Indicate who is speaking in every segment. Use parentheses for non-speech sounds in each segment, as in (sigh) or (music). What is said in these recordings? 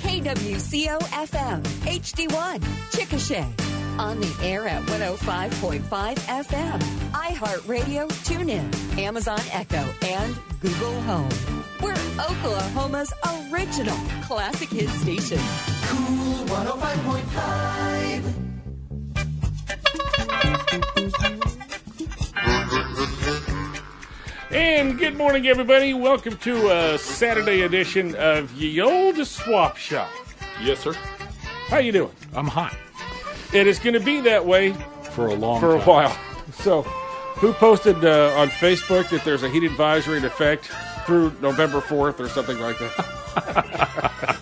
Speaker 1: KWCO FM, HD1, Chickasha. On the air at 105.5 FM, iHeartRadio, TuneIn, Amazon Echo, and Google Home. We're Oklahoma's original classic hit station.
Speaker 2: Cool 105.5.
Speaker 3: And good morning, everybody. Welcome to a Saturday edition of Ye Old Swap Shop.
Speaker 4: Yes, sir.
Speaker 3: How you doing?
Speaker 4: I'm hot
Speaker 3: It is going to be that way
Speaker 4: for a long
Speaker 3: for a
Speaker 4: time.
Speaker 3: while. So, who posted uh, on Facebook that there's a heat advisory in effect through November 4th or something like that?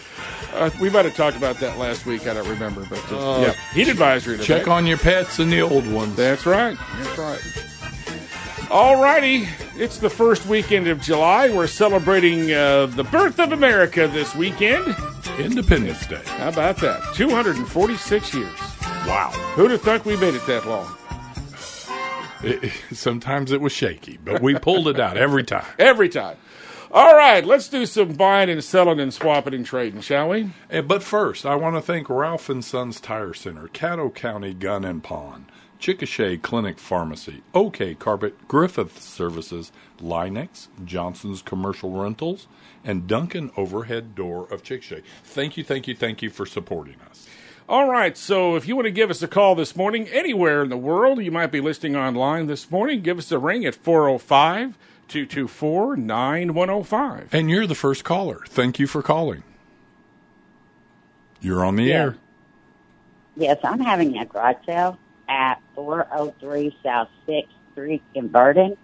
Speaker 4: (laughs)
Speaker 3: uh, we might have talked about that last week. I don't remember, but uh, yeah, heat advisory. In
Speaker 4: Check
Speaker 3: effect.
Speaker 4: on your pets and the old ones.
Speaker 3: That's right. That's right. All righty. It's the first weekend of July. We're celebrating uh, the birth of America this weekend.
Speaker 4: Independence Day.
Speaker 3: How about that? 246 years.
Speaker 4: Wow.
Speaker 3: Who'd have thunk we made it that long?
Speaker 4: It- sometimes it was shaky, but we pulled it out every time.
Speaker 3: Every time. All right, let's do some buying and selling and swapping and trading, shall we?
Speaker 4: Eh, But first, I want to thank Ralph and Sons Tire Center, Caddo County Gun and Pawn, Chickasha Clinic Pharmacy, OK Carpet, Griffith Services, Linex, Johnson's Commercial Rentals, and Duncan Overhead Door of Chickasha. Thank you, thank you, thank you for supporting us.
Speaker 3: All right, so if you want to give us a call this morning, anywhere in the world, you might be listening online this morning, give us a ring at 405 224 9105.
Speaker 4: And you're the first caller. Thank you for calling. You're on the
Speaker 5: Yeah.
Speaker 4: air.
Speaker 5: Yes, I'm having a garage sale at 403 South 6th Street in Burden.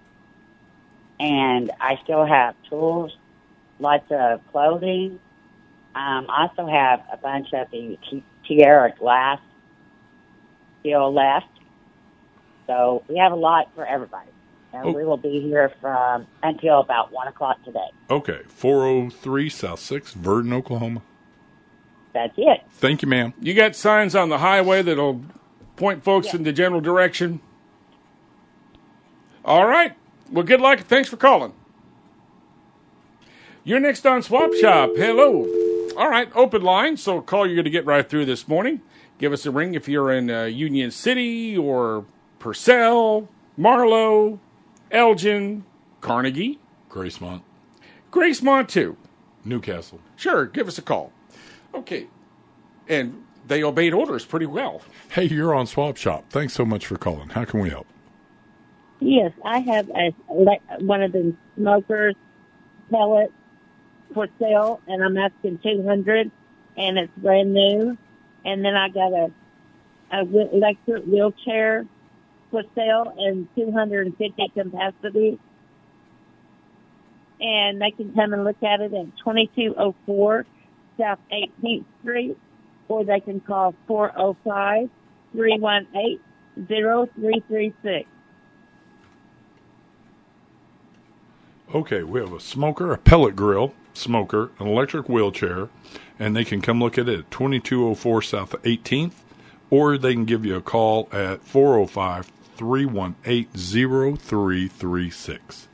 Speaker 5: And I still have tools, lots of clothing. Um, I also have a bunch of the T- Tierra glass still left. So we have a lot for everybody. And
Speaker 4: Oh.
Speaker 5: we will be here from until about 1 o'clock today.
Speaker 4: Okay, 403 South 6, Verdon, Oklahoma.
Speaker 5: That's it.
Speaker 4: Thank you, ma'am.
Speaker 3: You got signs on the highway that'll point folks
Speaker 5: Yeah.
Speaker 3: in the general direction. All right. Well, good luck. Thanks for calling. You're next on Swap Shop. Hello. All right, open line. So a call you're going to get right through this morning. Give us a ring if you're in uh, Union City or Purcell, Marlowe, Elgin, Carnegie,
Speaker 4: Gracemont,
Speaker 3: Gracemont too.
Speaker 4: Newcastle.
Speaker 3: Sure, give us a call. Okay. And they obeyed orders pretty well.
Speaker 4: Hey, you're on Swap Shop. Thanks so much for calling. How can we help?
Speaker 5: Yes, I have a le- one of the smokers pellets for sale, and I'm asking two hundred, and it's brand new. And then I got a a whe- electric wheelchair for sale and two hundred and fifty capacity, and they can come and look at it at twenty two oh four South Eighteenth Street, or they can call four oh five three one eight zero three three six.
Speaker 4: Okay, we have a smoker, a pellet grill, smoker, an electric wheelchair, and they can come look at it at 2204 South 18th, or they can give you a call at 405 318 0336.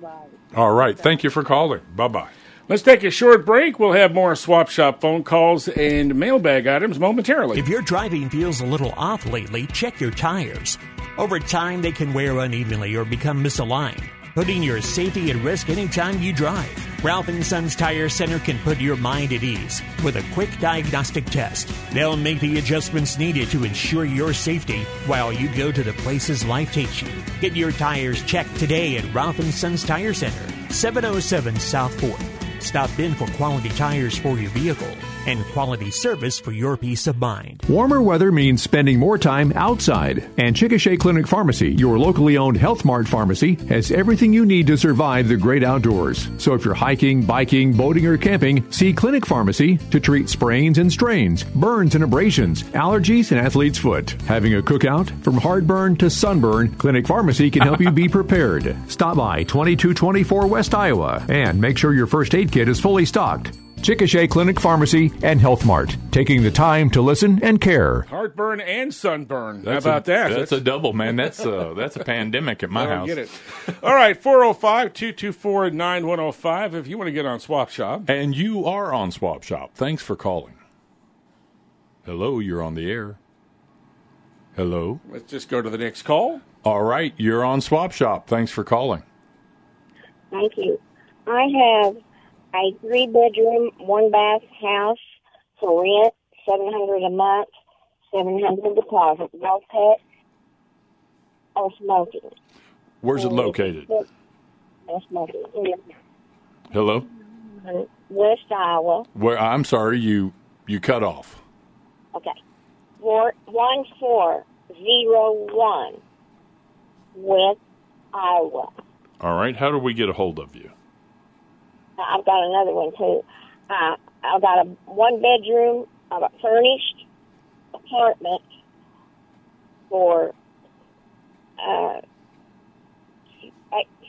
Speaker 5: Right.
Speaker 4: All right, thank you for calling. Bye bye.
Speaker 3: Let's take a short break. We'll have more swap shop phone calls and mailbag items momentarily.
Speaker 6: If your driving feels a little off lately, check your tires. Over time, they can wear unevenly or become misaligned, putting your safety at risk anytime you drive. Ralph and Sons Tire Center can put your mind at ease with a quick diagnostic test. They'll make the adjustments needed to ensure your safety while you go to the places life takes you. Get your tires checked today at Ralph and Sons Tire Center, 707 South 4th. Stop in for quality tires for your vehicle and quality service for your peace of mind.
Speaker 7: Warmer weather means spending more time outside. And Chickasha Clinic Pharmacy, your locally owned Health Mart pharmacy, has everything you need to survive the great outdoors. So if you're hiking, biking, boating, or camping, see Clinic Pharmacy to treat sprains and strains, burns and abrasions, allergies, and athlete's foot. Having a cookout? From heartburn to sunburn, Clinic Pharmacy can help you be prepared. Stop by 2224 West Iowa and make sure your first aid kit is fully stocked. Chickasha Clinic Pharmacy, and Health Mart, taking the time to listen and care.
Speaker 3: Heartburn and sunburn.
Speaker 4: That's
Speaker 3: How about
Speaker 4: a,
Speaker 3: that?
Speaker 4: That's, a double, man. That's a that's a (laughs) pandemic at my
Speaker 3: I don't
Speaker 4: house.
Speaker 3: get it. All right, 405 224 9105. If you want to get on Swap Shop,
Speaker 4: And you are on Swap Shop. Thanks for calling. Hello, you're on the air. Hello.
Speaker 3: let's just go to the next call.
Speaker 4: All right, you're on Swap Shop. Thanks for calling.
Speaker 8: Thank you. I have a three bedroom, one bath house for rent, seven hundred a month, seven hundred deposit, no pets or smoking.
Speaker 4: Where's it located?
Speaker 8: No smoking. in
Speaker 4: Hello.
Speaker 8: West Iowa.
Speaker 4: Where I'm sorry, you you cut off.
Speaker 8: Okay. Four one four zero one West Iowa.
Speaker 4: All right. How do we get a hold of you?
Speaker 8: I've got another one too. Uh, I've got a one bedroom, I've got furnished apartment for uh,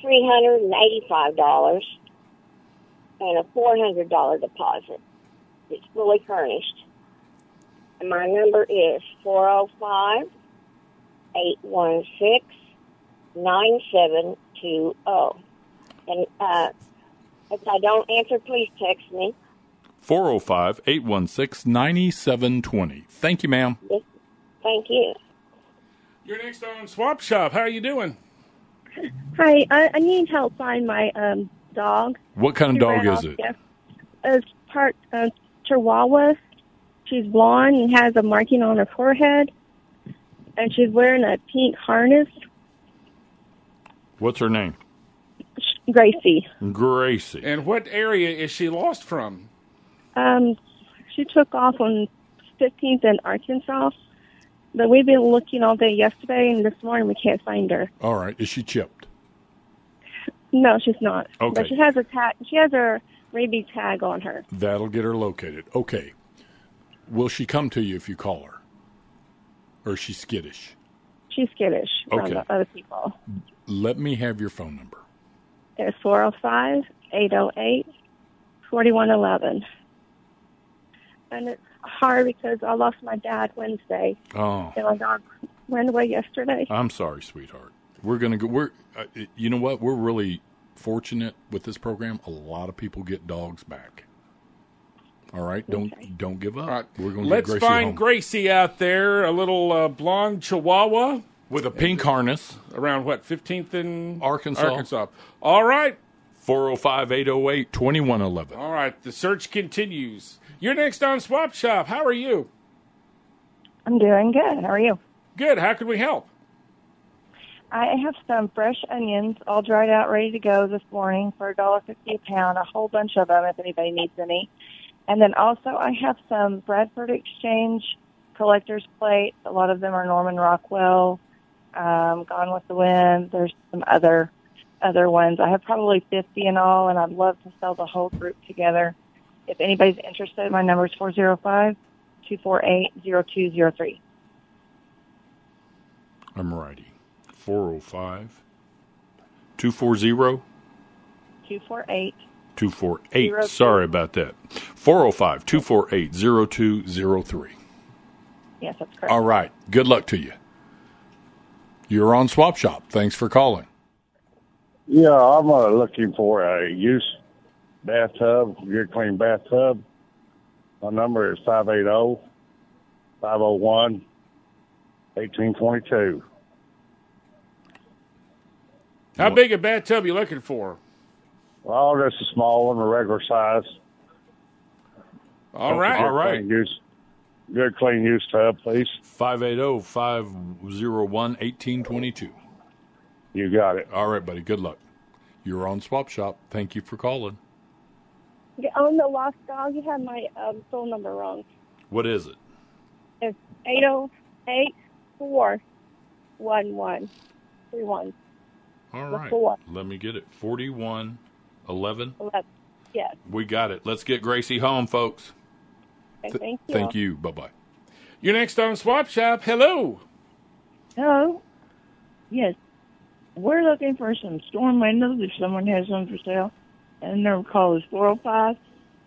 Speaker 8: three hundred and eighty-five dollars and a four hundred dollar deposit. It's fully furnished. And my number is four zero five eight one six nine seven two zero. And uh, if I don't answer, please text me.
Speaker 4: 405 816 9720. oh. Thank you, ma'am.
Speaker 8: Yes. Thank you.
Speaker 3: You're next on Swap Shop. How are you doing?
Speaker 9: Hi, I, I need help find my um dog.
Speaker 4: What kind of
Speaker 9: She
Speaker 4: dog
Speaker 9: ran
Speaker 4: is
Speaker 9: off
Speaker 4: it?
Speaker 9: yes- It's part uh, Chihuahua. She's blonde and has a marking on her forehead, and she's wearing a pink harness.
Speaker 4: What's her name?
Speaker 9: Sh- Gracie.
Speaker 4: Gracie.
Speaker 3: And what area is she lost from?
Speaker 9: Um, she took off on 15th in Arkansas, but we've been looking all day yesterday and this morning. We can't find her.
Speaker 4: All right. Is she chipped?
Speaker 9: No, she's not.
Speaker 4: Okay.
Speaker 9: But she has a tag. She has her rabies tag on her.
Speaker 4: That'll get her located. Okay. Will she come to you if you call her? Or is she skittish?
Speaker 9: She's skittish around
Speaker 4: Okay.
Speaker 9: other people.
Speaker 4: Let me have your phone number.
Speaker 9: It's 405 808 4111. And it's hard because I lost my dad Wednesday
Speaker 4: Oh,
Speaker 9: and my dog ran away yesterday.
Speaker 4: I'm sorry, sweetheart. We're going to go. We're, uh, you know what? We're really fortunate with this program. A lot of people get dogs back. All right, don't don't give up.
Speaker 3: All right.
Speaker 4: We're going to
Speaker 3: Let's
Speaker 4: get Gracie
Speaker 3: find
Speaker 4: home.
Speaker 3: Gracie out there, a little uh, blonde chihuahua
Speaker 4: with a pink harness.
Speaker 3: around what, 15th in
Speaker 4: Arkansas.
Speaker 3: Arkansas. All right.
Speaker 4: 405 808 2111.
Speaker 3: All right. The search continues. You're next on Swap Shop. How are you?
Speaker 9: I'm doing good. How are you?
Speaker 3: Good. How can we help?
Speaker 9: I have some fresh onions all dried out, ready to go this morning for a dollar fifty a pound. A whole bunch of them, if anybody needs any. And then also, I have some Bradford Exchange collector's plates. A lot of them are Norman Rockwell, um, Gone with the Wind. There's some other other ones. I have probably fifty in all, and I'd love to sell the whole group together. If anybody's interested, my number is four zero five two four eight zero two zero three.
Speaker 4: I'm oh righty. 405 240
Speaker 9: Two four eight.
Speaker 4: 248.
Speaker 9: Zero
Speaker 4: Sorry about that. 405 248 0203.
Speaker 9: Yes, that's correct.
Speaker 4: All right. Good luck to you. You're on Swap Shop. Thanks for calling.
Speaker 10: Yeah, I'm uh, looking for a used bathtub, good clean bathtub. My number is oh, 580 501 1822.
Speaker 3: How big a bathtub you looking for?
Speaker 10: Well, just a small one, a regular size.
Speaker 3: All right.
Speaker 4: All right.
Speaker 10: Clean used, good clean used tub, please.
Speaker 4: 580 501 1822.
Speaker 10: You got it.
Speaker 4: All right, buddy. Good luck. You're on Swap Shop. Thank you for calling.
Speaker 9: Yeah, on the lost dog, you have my um, phone number wrong.
Speaker 4: What is it?
Speaker 9: It's eight zero eight four one one three one
Speaker 4: All
Speaker 9: The
Speaker 4: right.
Speaker 9: four.
Speaker 4: Let me get it. 4111.
Speaker 9: eleven. Yes,
Speaker 4: We got it. Let's get Gracie home, folks.
Speaker 9: okay, thank you.
Speaker 4: Thank you. Bye bye.
Speaker 3: You're next on Swap Shop. Hello.
Speaker 11: Hello? Yes. We're looking oh for some storm windows if someone has one for sale. And the number call is 405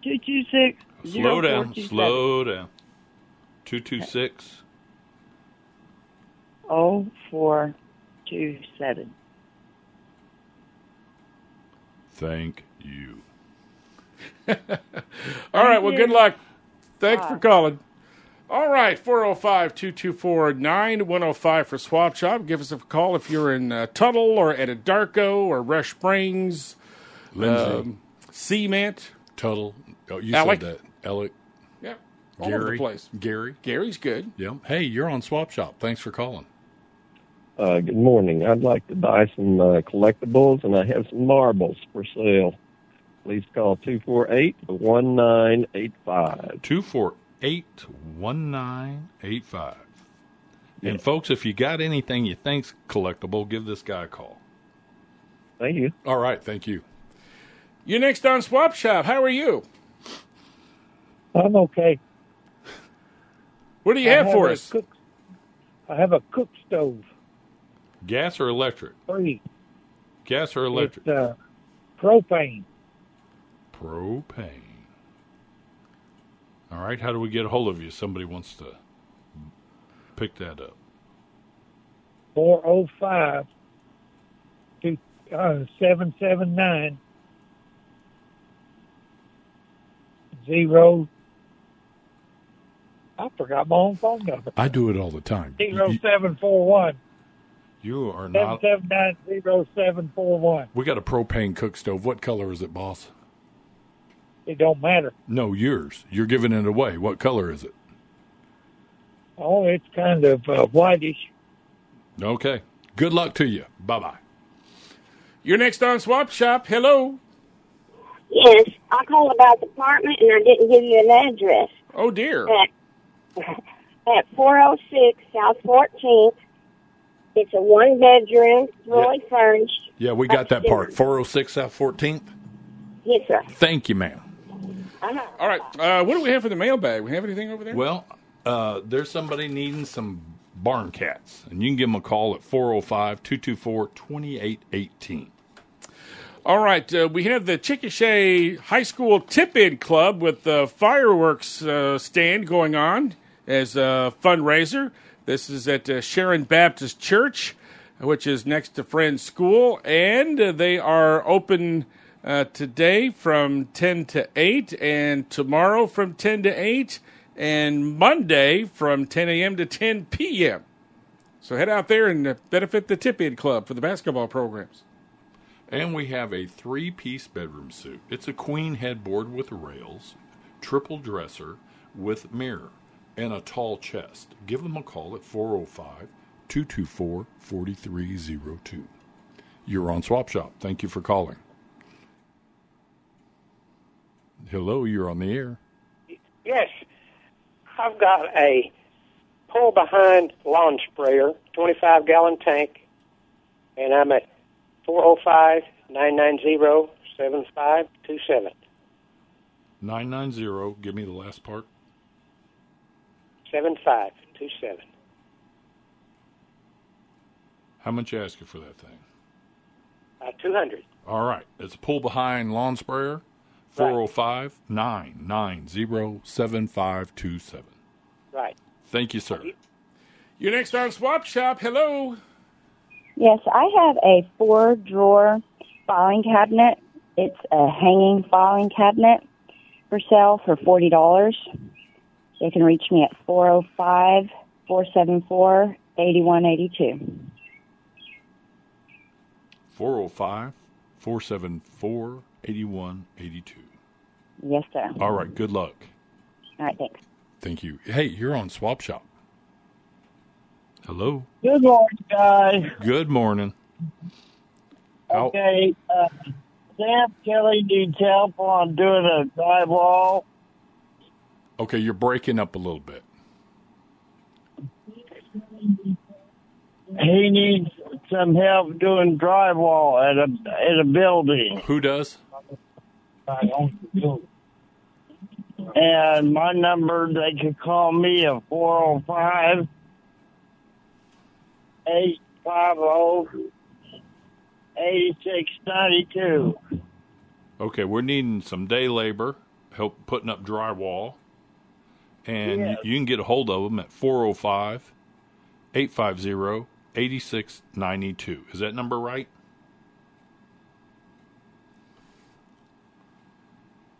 Speaker 11: 226.
Speaker 4: Slow down. Slow down. 226.
Speaker 11: Oh, four, two, seven.
Speaker 4: Thank you.
Speaker 3: All right. Well,
Speaker 4: you.
Speaker 3: good luck. Thanks for
Speaker 4: Bye.
Speaker 3: calling. All right, 405 224 9105 for Swap Shop. Give us a call if you're in uh, Tuttle or at Adarco or Rush Springs, um,
Speaker 4: Lindsay.
Speaker 3: Cement.
Speaker 4: Tuttle. Oh, you
Speaker 3: Alec.
Speaker 4: said that. Alec.
Speaker 3: Yeah. All
Speaker 4: Gary.
Speaker 3: over the place.
Speaker 4: Gary.
Speaker 3: Gary's good.
Speaker 4: Yeah. Hey, you're on Swap Shop. Thanks for calling.
Speaker 12: Uh, good morning. I'd like to buy some uh, collectibles, and I have some marbles for sale. Please call 248-1985.
Speaker 4: 248-1985. And folks, if you got anything you think's collectible, give this guy a call.
Speaker 12: Thank you.
Speaker 4: All right. Thank you.
Speaker 3: You're next on Swap Shop. How are you?
Speaker 13: I'm okay.
Speaker 3: What do you
Speaker 13: I
Speaker 3: have for
Speaker 13: a
Speaker 3: us?
Speaker 13: Cook, I have a cook stove,
Speaker 4: Gas or electric?
Speaker 13: free.
Speaker 4: Gas or electric?
Speaker 13: It's uh, propane.
Speaker 4: Propane. All right. How do we get a hold of you? Somebody wants to pick that up.
Speaker 13: 405 to, uh, 779 0. I forgot my own phone number.
Speaker 4: I do it all the time.
Speaker 13: Zero seven four one
Speaker 4: You are
Speaker 13: seven
Speaker 4: not.
Speaker 13: seven nine zero seven four one.
Speaker 4: We got a propane cook stove. What color is it, boss?
Speaker 13: It don't matter.
Speaker 4: No, yours. You're giving it away. What color is it?
Speaker 13: Oh, it's kind of uh, whitish.
Speaker 4: Okay. Good luck to you. Bye bye.
Speaker 3: You're next on Swap Shop. Hello.
Speaker 8: Yes, I called about the apartment and I didn't give you an address.
Speaker 3: Oh, dear.
Speaker 8: At, at 406 South 14th. It's a one bedroom, fully furnished.
Speaker 4: Yeah, we got that part. 406 South 14th.
Speaker 8: (laughs) Yes, sir.
Speaker 4: Thank you, ma'am.
Speaker 8: Uh-huh.
Speaker 3: All right. Uh, what do we have for the mailbag? We have anything over there?
Speaker 4: Well, uh, there's somebody needing some barn cats, and you can give them a call at 405 224 2818.
Speaker 3: All right, uh, we have the Chickasha High School Tip-In Club with the fireworks uh, stand going on as a fundraiser. This is at uh, Sharon Baptist Church, which is next to Friends School, and uh, they are open uh, today from 10 to 8, and tomorrow from 10 to 8, and Monday from 10 a.m. to 10 p.m. So head out there and uh, benefit the Tip-In Club for the basketball programs.
Speaker 4: And we have a three piece bedroom suite. It's a queen headboard with rails, triple dresser with mirror, and a tall chest. Give them a call at 405 224 4302. You're on Swap Shop. Thank you for calling. Hello, you're on the air.
Speaker 14: Yes, I've got a pull behind lawn sprayer, 25 gallon tank, and I'm at 405 990 7527.
Speaker 4: 990, give me the last part.
Speaker 14: 7527.
Speaker 4: How much you asking for that thing?
Speaker 14: Uh, 200.
Speaker 4: All right. It's pull behind lawn sprayer, 405 990 7527.
Speaker 14: Right.
Speaker 4: Thank you, sir.
Speaker 3: You're next on Swap Shop. Hello.
Speaker 15: Yes, I have a four drawer filing cabinet. It's a hanging filing cabinet for sale for forty dollars. They can reach me at 405 474 8182.
Speaker 4: 405 474 8182.
Speaker 15: Yes, sir.
Speaker 4: All right. Good luck.
Speaker 15: All right, thanks.
Speaker 4: Thank you. Hey, you're on Swap Shop. Hello.
Speaker 13: Good morning, guys.
Speaker 4: Good morning. How-
Speaker 13: Okay, uh, Sam Kelly needs help on doing a drywall.
Speaker 4: Okay, you're breaking up a little bit.
Speaker 13: He needs some help doing drywall at a at a building.
Speaker 4: Who does?
Speaker 13: And my number, they could call me oh at 405 850 8692.
Speaker 4: Okay, we're needing some day labor help putting up drywall. And
Speaker 16: Yes.
Speaker 4: you, you can get a hold of them at 405 850 8692. Is that number right?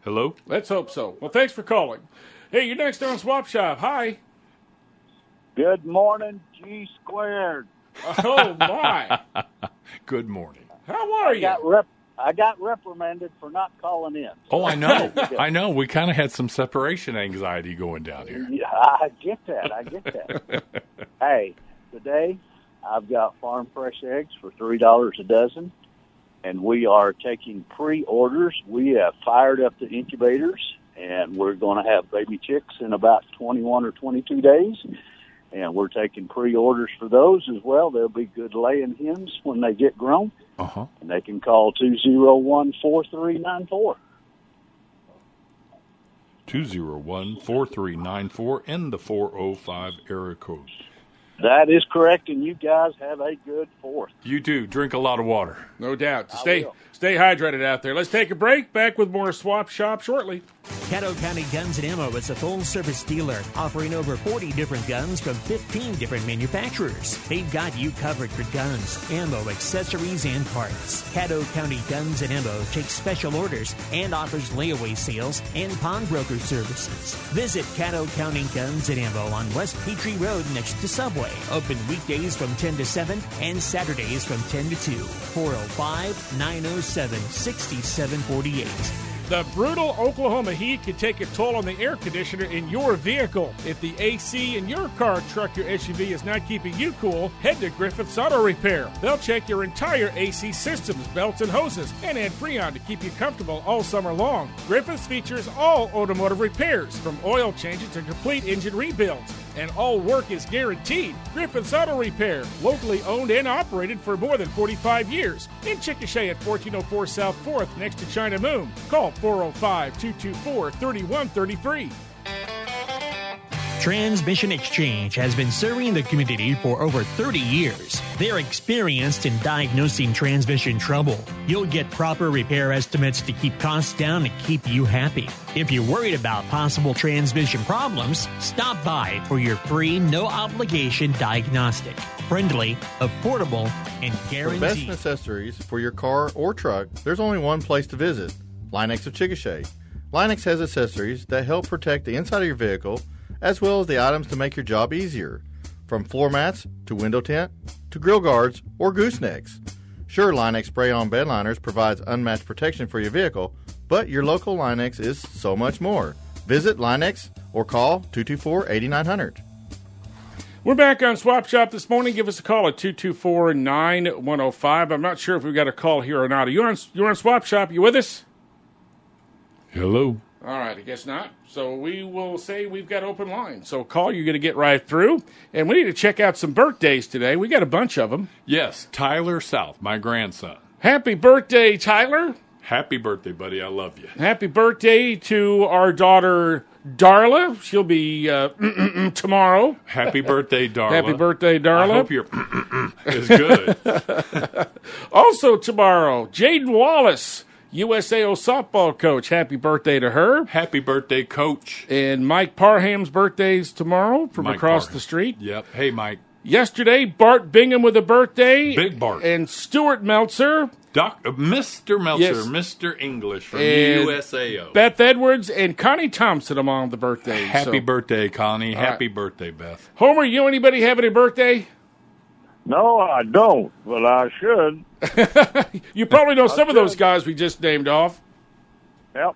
Speaker 4: Hello?
Speaker 3: Let's hope so. Well, thanks for calling. Hey, you're next on Swap Shop. Hi.
Speaker 13: Good morning, G squared.
Speaker 3: (laughs) Oh my!
Speaker 4: (laughs) Good morning.
Speaker 3: How are you?
Speaker 13: Got rep- I got reprimanded for not calling in.
Speaker 4: Oh,
Speaker 13: (laughs)
Speaker 4: I (laughs) know. I know. We kind of had some separation anxiety going down here.
Speaker 13: Yeah, (laughs) I get that. I get
Speaker 4: (laughs)
Speaker 13: that. hey, today I've got farm fresh eggs for three dollars a dozen, and we are taking pre-orders. We have fired up the incubators, and we're going to have baby chicks in about twenty-one or twenty-two days. And we're taking pre-orders for those as well. They'll be good laying hens when they get grown,
Speaker 4: Uh huh.
Speaker 13: and they can call two zero one four three nine four.
Speaker 4: 201 4394 and the 405 area code.
Speaker 13: That is correct, and you guys have a good fourth.
Speaker 4: You do. Drink a lot of water.
Speaker 3: No doubt.
Speaker 13: I
Speaker 3: Stay
Speaker 13: will.
Speaker 3: stay hydrated out there. Let's take a break. Back with more Swap Shop shortly.
Speaker 6: Caddo County Guns and Ammo is a full service dealer offering over 40 different guns from 15 different manufacturers. They've got you covered for guns, ammo, accessories, and parts. Caddo County Guns and Ammo takes special orders and offers layaway sales and pawnbroker services. Visit Caddo County Guns and Ammo on West Petrie Road next to Subway. Open weekdays from 10 to 7 and Saturdays from 10 to oh 2. 405 907 6748.
Speaker 3: The brutal Oklahoma heat can take a toll on the air conditioner in your vehicle. If the AC in your car, truck, or SUV is not keeping you cool, head to Griffith's Auto Repair. They'll check your entire AC systems, belts, and hoses, and add Freon to keep you comfortable all summer long. Griffith's features all automotive repairs, from oil changes to complete engine rebuilds, and all work is guaranteed. Griffith's Auto Repair, locally owned and operated for more than 45 years. In Chickasha at 1404 South 4th, next to China Moon. Call 405 224 3133.
Speaker 6: Transmission Exchange has been serving the community for over 30 years. They're experienced in diagnosing transmission trouble. You'll get proper repair estimates to keep costs down and keep you happy. If you're worried about possible transmission problems, stop by for your free, no obligation diagnostic. Friendly, affordable, and
Speaker 17: For best
Speaker 6: guaranteed.
Speaker 17: accessories for your car or truck, there's only one place to visit Linex of Chickasha. Linex has accessories that help protect the inside of your vehicle, as well as the items to make your job easier, from floor mats to window tint to grill guards or goosenecks. Sure, Linex spray on bed liners provides unmatched protection for your vehicle, but your local Linex is so much more. Visit Linex or call 224 8900.
Speaker 3: We're back on Swap Shop this morning. Give us a call at 224 9105. I'm not sure if we got a call here or not. Are you on, you're on Swap Shop? You with us?
Speaker 4: Hello.
Speaker 3: All right, I guess not. So we will say we've got open line. So call, you're going to get right through. And we need to check out some birthdays today. We got a bunch of them.
Speaker 4: Yes, Tyler South, my grandson.
Speaker 3: Happy birthday, Tyler.
Speaker 4: Happy birthday, buddy. I love you.
Speaker 3: Happy birthday to our daughter, Darla. She'll be uh, (clears throat) tomorrow.
Speaker 4: Happy birthday, Darla.
Speaker 3: Happy birthday, Darla.
Speaker 4: I hope your (clears throat) is good.
Speaker 3: (laughs) also tomorrow, Jaden Wallace, USAO softball coach. Happy birthday to her.
Speaker 4: Happy birthday, coach.
Speaker 3: And Mike Parham's birthday's tomorrow from
Speaker 4: Mike
Speaker 3: across
Speaker 4: Parham.
Speaker 3: the street.
Speaker 4: Yep. Hey, Mike.
Speaker 3: Yesterday, Bart Bingham with a birthday.
Speaker 4: Big Bart.
Speaker 3: And Stuart Meltzer.
Speaker 4: Doc, uh, Mr. Meltzer,
Speaker 3: Yes.
Speaker 4: Mr. English from
Speaker 3: and
Speaker 4: USAO.
Speaker 3: Beth Edwards and Connie Thompson among the birthdays.
Speaker 4: Happy
Speaker 3: So-
Speaker 4: birthday, Connie.
Speaker 3: All
Speaker 4: Happy birthday, Beth.
Speaker 3: Homer, you anybody have any birthday?
Speaker 10: No, I don't, but I should.
Speaker 3: (laughs) You probably know some of those guys we just named off.
Speaker 10: Yep.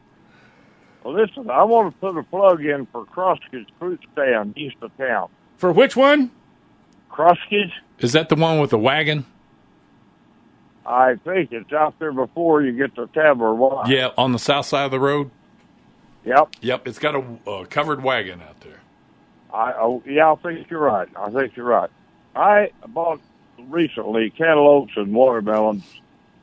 Speaker 10: Well, listen, I want to put a plug in for Croskey's Fruit Stand east of town.
Speaker 3: For which one?
Speaker 10: Croskey's,
Speaker 4: Is that the one with the wagon?
Speaker 10: I think it's out there before you get to Tabor. Why?
Speaker 4: Yeah, on the south side of the road.
Speaker 10: Yep.
Speaker 4: Yep, it's got a uh, covered wagon out there.
Speaker 10: I, I yeah, I think you're right. I think you're right. I bought recently cantaloupes and watermelons,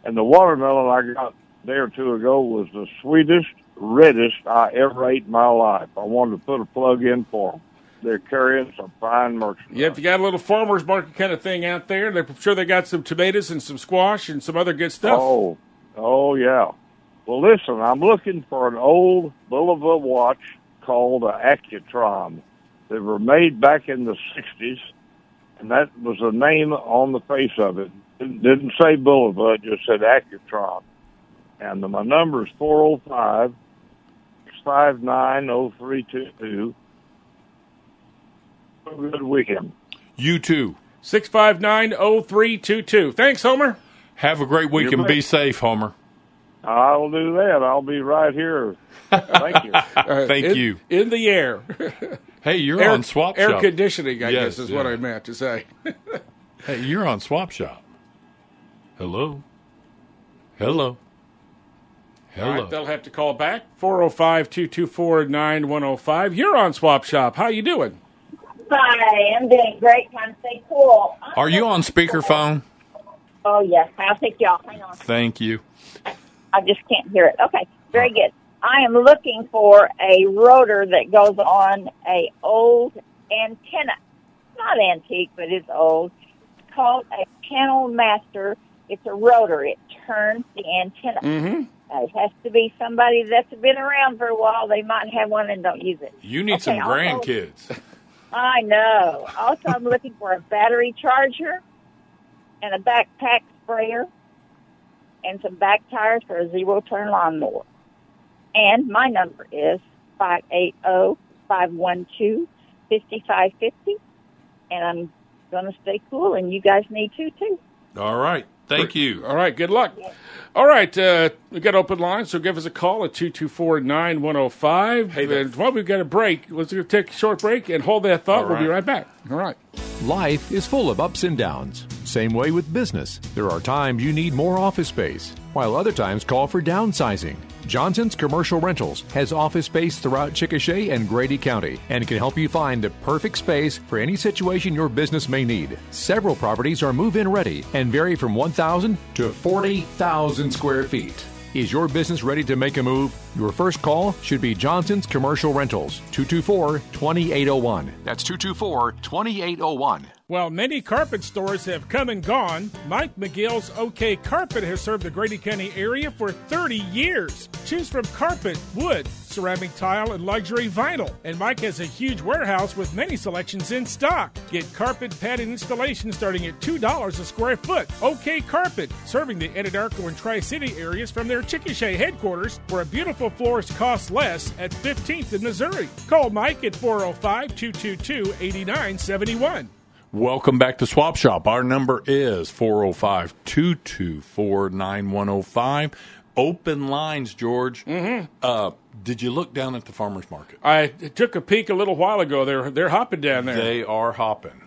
Speaker 10: and the watermelon I got a day or two ago was the sweetest, reddest I ever ate in my life. I wanted to put a plug in for them. They're carrying some fine merchandise.
Speaker 3: Yeah, if you got a little farmer's market kind of thing out there, they're I'm sure they got some tomatoes and some squash and some other good stuff.
Speaker 10: Oh, oh yeah. Well, listen, I'm looking for an old Bulova watch called an Accutron. They were made back in the 60s, and that was the name on the face of it. It didn't say Bulova, it just said Accutron. And my number is 405 6590322. Have a Good weekend.
Speaker 3: You too. 6590322. Thanks, Homer.
Speaker 4: Have a great weekend.
Speaker 10: You're
Speaker 4: Be
Speaker 10: right.
Speaker 4: safe, Homer. (laughs)
Speaker 10: I'll do that. I'll be right here. Thank you.
Speaker 4: Thank
Speaker 3: in,
Speaker 4: you.
Speaker 3: In the air.
Speaker 4: Hey, you're
Speaker 3: air,
Speaker 4: on Swap
Speaker 3: Air
Speaker 4: Shop.
Speaker 3: conditioning, I
Speaker 4: Yes,
Speaker 3: guess, is
Speaker 4: yeah.
Speaker 3: what I meant to say.
Speaker 4: Hey, you're on Swap Shop. Hello. Hello.
Speaker 3: All
Speaker 4: Hello.
Speaker 3: right, they'll have to call back. 405-224-9105. You're on Swap Shop. How you doing?
Speaker 16: Hi, I'm doing great. Trying to stay cool.
Speaker 4: Are you on speakerphone?
Speaker 16: Oh yes, I'll take y'all. Hang on,
Speaker 4: Thank you.
Speaker 16: I just can't hear it. Okay, very good. I am looking for a rotor that goes on a old antenna. Not antique, but it's old. It's called a Channel Master. It's a rotor. It turns the antenna.
Speaker 3: Mm-hmm.
Speaker 16: Uh, It has to be somebody that's been around for a while. They might have one and don't use it.
Speaker 4: You need some
Speaker 16: I'll go-
Speaker 4: grandkids.
Speaker 16: I know. Also, I'm looking for a battery charger and a backpack sprayer and some back tires for a zero turn lawnmower. And my number is oh, 580-512-5550. And I'm going to stay cool, and you guys need to, too.
Speaker 4: All right. Thank you.
Speaker 3: All right, good luck. All right, uh, we got open lines, so give us a call at 224-9105. and while we've got a break, let's go take a short break and hold that thought.
Speaker 7: All
Speaker 3: We'll be
Speaker 7: right.
Speaker 3: right back. All right.
Speaker 7: Life is full of ups and downs. Same way with business. There are times you need more office space, while other times call for downsizing. Johnson's Commercial Rentals has office space throughout Chickasha and Grady County and can help you find the perfect space for any situation your business may need. Several properties are move in ready and vary from 1,000 to 40,000 square feet. Is your business ready to make a move? Your first call should be Johnson's Commercial Rentals, 224 2801. That's 224 2801.
Speaker 18: While many carpet stores have come and gone, Mike McGill's OK Carpet has served the Grady County area for 30 years. Choose from carpet, wood, ceramic tile, and luxury vinyl. And Mike has a huge warehouse with many selections in stock. Get carpet pad and installation starting at $2 a square foot. OK Carpet, serving the Anadarko and Tri City areas from their Chickasha headquarters, where a beautiful florist costs less at 15th in Missouri. Call Mike at 405 222 8971.
Speaker 4: Welcome back to Swap Shop. Our number is 405 224 9105. Open lines, George. Mm-hmm. Uh, did you look down at the farmer's market?
Speaker 3: I took a peek a little while ago. They're, they're hopping down there.
Speaker 4: They are hopping.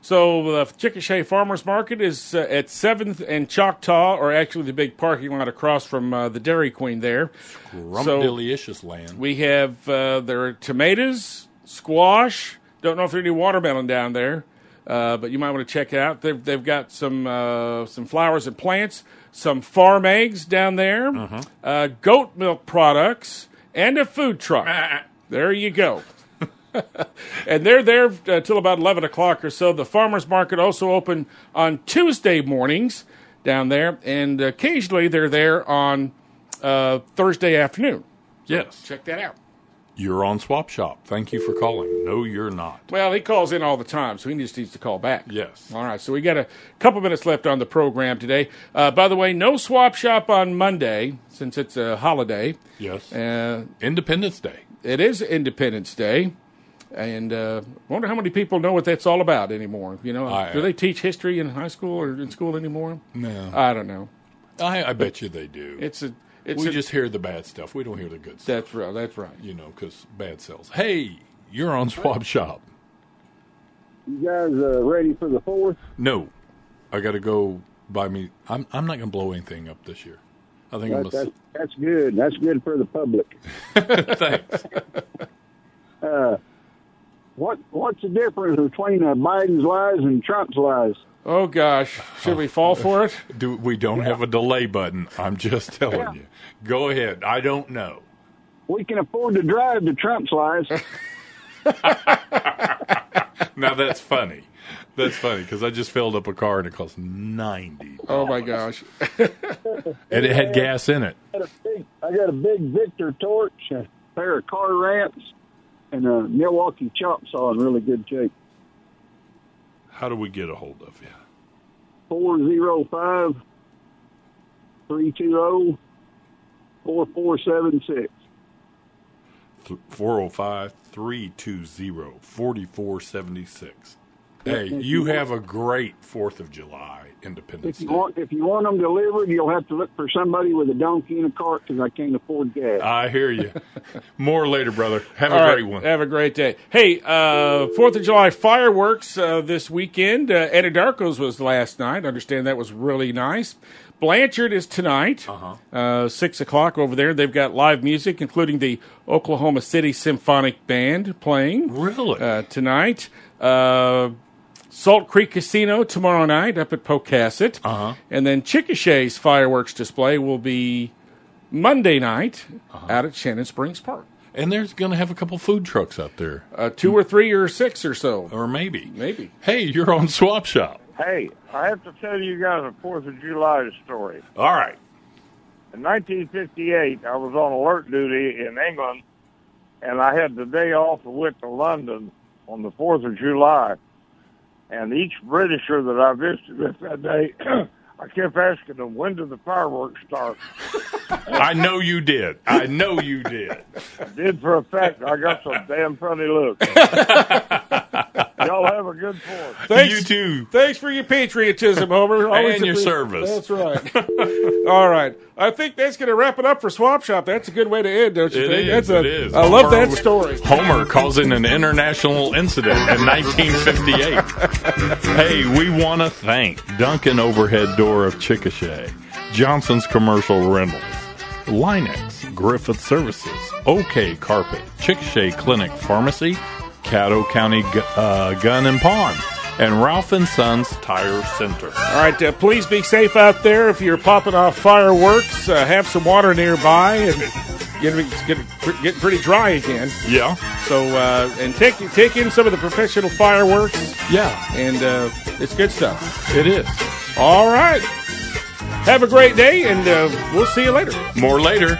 Speaker 3: So the Chickasha Farmers Market is uh, at Seventh and Choctaw, or actually the big parking lot across from uh, the Dairy Queen there.
Speaker 4: Grumpdelicious land.
Speaker 3: We have uh, there are tomatoes, squash. Don't know if there are any watermelon down there, uh, but you might want to check it out. They've, they've got some uh, some flowers and plants, some farm eggs down there, uh, goat milk products, and a food truck. there you go. (laughs) and they're there uh, till about 11 o'clock or so. The farmers market also open on Tuesday mornings down there, and occasionally they're there on uh, Thursday afternoon.
Speaker 4: Yes.
Speaker 3: Check that out.
Speaker 4: You're on Swap Shop. Thank you for calling. No, you're not.
Speaker 3: Well, he calls in all the time, so he just needs to call back.
Speaker 4: Yes.
Speaker 3: All right, so we got a couple minutes left on the program today. Uh, by the way, no swap shop on Monday since it's a holiday.
Speaker 4: Yes.
Speaker 3: Uh,
Speaker 4: Independence Day.
Speaker 3: It is Independence Day, and uh, wonder how many people know what that's all about anymore. You know,
Speaker 4: I-
Speaker 3: do they teach history in high school or in school anymore?
Speaker 4: No.
Speaker 3: I don't know.
Speaker 4: I, I bet you they do.
Speaker 3: It's a. It's
Speaker 4: we
Speaker 3: a-
Speaker 4: just hear the bad stuff. We don't hear the good stuff.
Speaker 3: That's right. That's right.
Speaker 4: You know, because bad sells. Hey, you're on Swap Shop.
Speaker 19: (laughs) You guys uh, ready for the fourth?
Speaker 4: No, I got to go buy me. I'm I'm not gonna blow anything up this year. I think I'm
Speaker 19: That,
Speaker 4: gonna.
Speaker 19: that's, that's good. That's good for the
Speaker 4: (laughs)
Speaker 19: public.
Speaker 4: Thanks.
Speaker 19: Uh, what What's the difference between uh, Biden's lies and Trump's lies?
Speaker 3: Oh gosh, should we fall for it?
Speaker 4: Oh, Do we don't have a delay button? I'm just telling you. Go ahead. I don't know.
Speaker 19: We can afford to drive to Trump's lies.
Speaker 4: now that's funny. That's funny because I just filled up a car and it cost ninety.
Speaker 3: Oh my gosh!
Speaker 4: (laughs) and it had gas in it.
Speaker 19: I got a big, I got a big Victor torch, a pair of car ramps, and a Milwaukee chop saw in really good shape.
Speaker 4: How do we get a hold of you?
Speaker 19: Four zero five three two zero four four seven six.
Speaker 4: 405 320 4476. Hey,
Speaker 3: Mm-hmm.
Speaker 4: you have a great 4th of July Independence
Speaker 19: If you
Speaker 4: Day.
Speaker 19: want, if you want them delivered, you'll have to look for somebody with a donkey and a cart because I can't afford gas.
Speaker 4: I hear you. More later, brother. Have
Speaker 3: All
Speaker 4: a
Speaker 3: right.
Speaker 4: great one.
Speaker 3: Have a great day. Hey, uh, Fourth of July fireworks uh, this weekend. Uh, Anadarko's was last night. I understand that was really nice. Blanchard is tonight,
Speaker 4: Uh-huh.
Speaker 3: uh six o'clock over there. They've got live music, including the Oklahoma City Symphonic Band playing
Speaker 4: really
Speaker 3: uh, tonight. Uh, Salt Creek Casino tomorrow night up at Pocasset, uh-huh. and then Chickasha's fireworks display will be Monday night out at Shannon Springs Park.
Speaker 4: Uh-huh. And there's going to have a couple food trucks out there.
Speaker 3: Uh, two or three or six or so.
Speaker 4: Or maybe.
Speaker 3: Maybe.
Speaker 4: Hey, you're on Swap Shop.
Speaker 10: Hey, I have to tell you guys a Fourth of July story.
Speaker 4: All right.
Speaker 10: In 1958, I was on alert duty in England, and I had the day off and went to London on the 4th of July. And each Britisher that I visited with that day, (clears throat) I kept asking them, when do the fireworks start?
Speaker 4: I know you did. I know you did.
Speaker 10: I did for a fact. I got some damn funny
Speaker 3: (laughs)
Speaker 10: looks. Y'all have a good fourth.
Speaker 3: Thanks,
Speaker 4: you too.
Speaker 3: Thanks for your patriotism, Homer.
Speaker 4: And your
Speaker 3: appreciate-
Speaker 4: service.
Speaker 3: That's right. All right. I think that's going to wrap it up for Swap Shop. That's a good way to end, don't you
Speaker 4: It
Speaker 3: think?
Speaker 4: is,
Speaker 3: that's a,
Speaker 4: it is.
Speaker 3: I love that
Speaker 4: Homer-
Speaker 3: story.
Speaker 4: Homer causing an international incident in 1958. hey, we want to thank Duncan Overhead Door of Chickasha, Johnson's Commercial Rentals, Linex, Griffith Services, OK Carpet, Chickasha Clinic Pharmacy, Caddo County Gu- uh, Gun and Pawn, and Ralph and Sons Tire Center.
Speaker 3: All right. Uh, please be safe out there. If you're popping off fireworks, uh, have some water nearby. And getting, it's getting, getting pretty dry again.
Speaker 4: Yeah.
Speaker 3: So, uh, and take, take in some of the professional fireworks.
Speaker 4: Yeah.
Speaker 3: And uh, it's good stuff.
Speaker 4: It is.
Speaker 3: All right. Have a great day, and uh, we'll see you later.
Speaker 4: More later.